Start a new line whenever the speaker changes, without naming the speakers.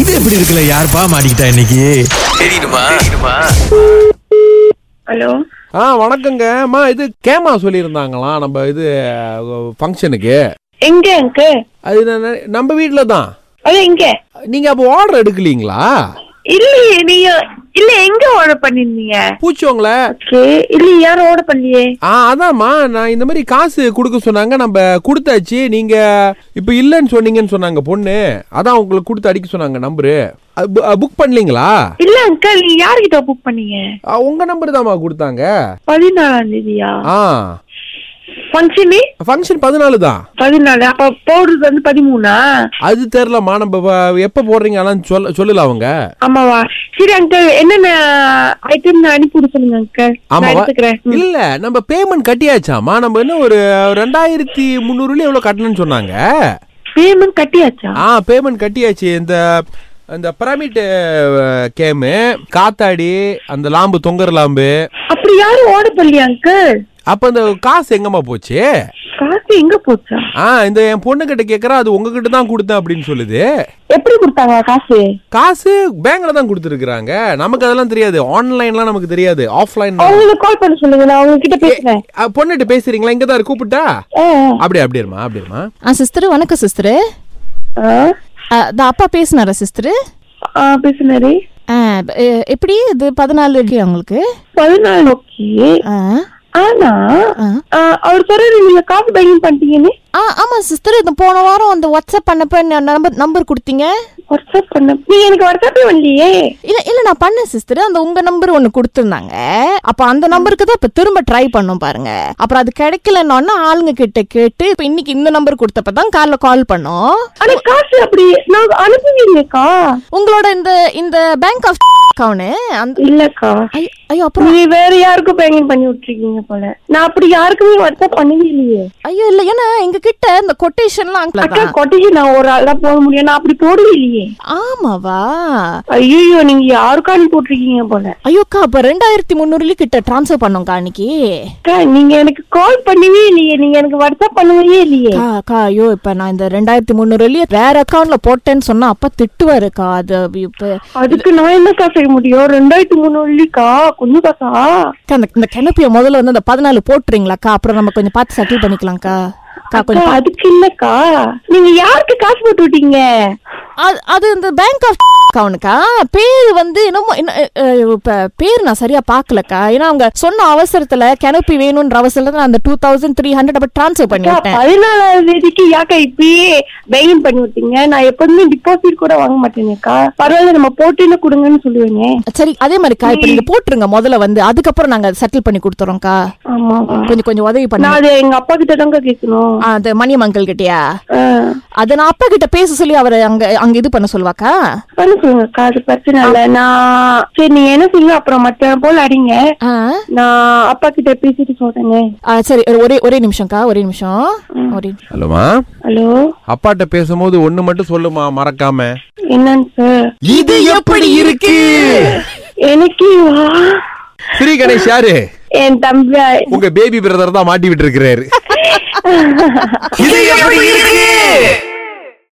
இது எப்படி இருக்குல்ல யாருப்பா மாட்டிக்கிட்டா இன்னைக்கு
ஹலோ
ஆ வணக்கங்க அம்மா இது கேமா சொல்லியிருந்தாங்களாம் நம்ம இது ஃபங்க்ஷனுக்கு
எங்க எங்க
அது நான் நினை- நம்ம வீட்டில் தான்
அது எங்க
நீங்கள் அப்போ ஆர்டர் எடுக்கலீங்களா
இல்லையே நீங்க இல்ல எங்க ஆர்டர் பண்ணிருந்தீங்க
பூச்சோங்கள
ஓகே இல்ல யாரும் ஆர்டர் பண்ணலையே
ஆ அதாம்மா நான் இந்த மாதிரி காசு கொடுக்க சொன்னாங்க நம்ம கொடுத்தாச்சு நீங்கள் இப்போ இல்லைன்னு சொன்னீங்கன்னு சொன்னாங்க பொண்ணு அதான் உங்களுக்கு கொடுத்து அடிக்க சொன்னாங்க நம்பரு புக் பண்ணலீங்களா
இல்ல அங்கிள் நீ யார்கிட்ட புக் பண்ணீங்க
உங்கள் நம்பர் தாம்மா கொடுத்தாங்க
பதினாலாம் தேதியா
ஆ
ஃபங்க்ஷனு
ஃபங்க்ஷன் பதினாலு தான்
பதினாலு அப்ப போடுறது வந்து பதிமூணா
அது தெரிலம்மா நம்ம வ- எப்போ போடுறீங்க அதெல்லாம் சொல்ல சொல்லல அவங்க
ஆமாவா சரி அங்கிள் என்னென்ன ஐட்டம் நான் அனுப்பி விட சொல்லுங்க அங்கிள் நான்
ஆமாவா?
எடுத்துக்கிறேன் ம்.
இல்ல நம்ம பேமெண்ட் கட்டியாச்சாமா நம்ம என்ன ஒரு ரெண்டாயிரத்தி முந்நூறுல எவ்வளவு கட்டணும்னு சொன்னாங்க
பேமெண்ட் கட்டியாச்சா
ஆ பேமெண்ட் கட்டியாச்சு இந்த இந்த பிரமிட் கேமு காத்தாடி அந்த லாம்பு தொங்குற லாம்பு
அப்படி யாரும் ஆர்டர் பண்ணலையா அங்கிள்
அப்ப அந்த காசு எங்கம்மா போச்சு
காசு எங்க போச்சா
ஆ இந்த என் பொண்ணு கிட்ட கேக்குறா அது உங்ககிட்ட தான் கொடுத்தேன் அப்படின்னு சொல்லுது
எப்படி கொடுத்தாங்க காசு
காசு பேங்க்ல தான் கொடுத்துருக்குறாங்க நமக்கு அதெல்லாம் தெரியாது ஆன்லைன்லாம் நமக்கு தெரியாது ஆஃப்லைன்
அவங்களுக்கு கால் பண்ண சொல்லுங்க நான் அவங்க கிட்ட பேசுறேன்
பொண்ணுகிட்ட பேசுறீங்களா இங்க தான் கூப்பிட்டா
ஆ,
அப்படியே அப்படியே இருமா அப்படியே இருமா
ஆ சிஸ்டர் வணக்கம் சிஸ்டர்
ஆ.
இந்த அப்பா பேசினாரா சிஸ்டர்
ஆ பேசுனாரு
எப்படி இது பதினாலு இருக்கு அவங்களுக்கு
பதினாலு ஓகே
ஆ.
ஆனா
ஆ.
ஆ, அவர் சொல்றாரு நீங்க காசு பேக்கிங் பண்ணிட்டீங்கன்னு
ஆ ஆமா சிஸ்டர் இந்த போன வாரம் அந்த வாட்ஸ்அப் பண்ணப்ப நம்பர் நம்பர் கொடுத்தீங்க
வாட்ஸ்அப் பண்ண நீ எனக்கு வாட்ஸ்அப்பே வரலையே
இல்ல இல்ல நான் பண்ணேன் சிஸ்டர் அந்த உங்க நம்பர் ஒன்னு கொடுத்திருந்தாங்க அப்ப அந்த நம்பருக்கு தான் இப்ப திரும்ப ட்ரை பண்ணோம் பாருங்க அப்புறம் அது கிடைக்கலன்னா ஆளுங்க கிட்ட கேட்டு இப்ப இன்னைக்கு இந்த நம்பர் கொடுத்தப்ப தான் காலைல கால் பண்ணோம்
ஆனா காசு அப்படி நான் அனுப்புவீங்கக்கா
உங்களோட இந்த இந்த பேங்க் ஆஃப் அக்கௌண்ட் அந்த
இல்லக்கா
ஐயோ, ஐயோ அப்புறம்
நீங்க வேற யாருக்கும் பேங்கிங் பண்ணி விட்டுருக்கீங்க போல நான் அப்படி யாருக்குமே வாட்ஸ்அப் பண்ணவே இல்லையே
ஐயோ இல்ல ஏன்னா எங்க கிட்ட இந்த கொட்டேஷன்லாம் அங்கே
அக்கா கொட்டிக்கு நான் ஒரு ஆளா போக முடியும் நான் அப்படி போடவே இல்லையே
ஆமாவா
ஐயோ நீங்க யாருக்கும் அனுப்பி விட்டுருக்கீங்க போல
ஐயோக்கா அப்ப ரெண்டாயிரத்தி முந்நூறுல கிட்ட டிரான்ஸ்ஃபர் பண்ணோம்க்கா அன்னைக்கு
அக்கா நீங்க எனக்கு கால் பண்ணவே இல்லையே நீங்க எனக்கு வாட்ஸ்அப் பண்ணவே இல்லையே
அக்கா, அக்கா ஐயோ இப்ப நான் இந்த ரெண்டாயிரத்தி முந்நூறுல வேற அக்கௌண்ட்ல போட்டேன்னு சொன்னா அப்பா திட்டுவாருக்கா அது இப்ப
அதுக்கு நான் என்னக்கா செய்ய முடியும் ரெண்டாயிரத்தி மூணு வள்ளிக்கா கொஞ்சம் காசா
அக்கா, இந்த- இந்த கிணப்பிய முதல்ல வந்து அந்த பதினாலு போட்டுறீங்களாக்கா அப்புறம் நம்ம கொஞ்சம் பார்த்து செட்டில் பண்ணிக்கலாம்க்கா அக்கா
அக்கா
கொஞ்சம் பா-
அதுக்கு இல்லக்கா நீங்க யாருக்கு காசு போட்டு விட்டீங்க
அது- அது இந்த பேங்க் ஆஃப் அக்கௌண்ட்க்கா பேர் வந்து என்னமோ என்ன அஹ், இப்ப பேர் நான் சரியா பார்க்கலக்கா ஏன்னா அவங்க சொன்ன அவசரத்துல கிணப்பி வேணும்ன்ற அவசரத்துல நான் அந்த டூ தௌசண்ட் த்ரீ ஹண்ட்ரட் அப்ப ட்ரான்ஸ்ஃபர் பண்ணி
அக்கா,
விட்டேன்
பதினாலாவது தேதிக்கு யாக்கா இப்பயே பெயின் பண்ணி விட்டீங்க நான் எப்போதுமே டிபாசிட் கூட வாங்க மாட்டேனேக்கா பரவாயில்ல நம்ம போட்டுன்னு கொடுங்கன்னு சொல்லுவேனே
சரி அதே மாதிரிக்கா இப்ப நீங்க போட்டுருங்க முதல்ல வந்து அதுக்கப்புறம் நாங்க செட்டில் பண்ணி கொடுத்துறோம்க்கா
ஆமாவா
கொஞ்சம் கொஞ்சம் உதவி
நான்
பண்ணி
அது எங்க அப்பா கிட்ட தாங்க கேட்கணும்
அந்த மணியம் அங்கிள் கிட்டயா
ஆ,
அது நான் அப்பா கிட்ட பேச சொல்லி அவர் அங்க அங்க இது பண்ண சொல்லுவாக்கா
பண்ண சொல்லுங்கக்கா அது பிரச்சனை இல்ல நான் சரி நீங்க என்ன சொல்லுங்க அப்புறம் மத்த போல அடிங்க
ஆ,
நான் அப்பா கிட்ட பேசிட்டு சொல்றேங்க
ஆ, சரி ஒரே ஒரே நிமிஷம்க்கா ஒரே நிமிஷம் ஒரே
ஹலோமா
ஹலோ
அப்பாட்ட பேசும்போது ஒண்ணு மட்டும் சொல்லுமா மறக்காம
என்னன்னு சார்
இது எப்படி இருக்கு
எனக்கு வா
ஸ்ரீ கணேஷ் யாரு
என் தம்பி
உங்க பேபி பிரதர் தான் மாட்டி விட்டு இருக்கிறாரு இது எப்படி இருக்கு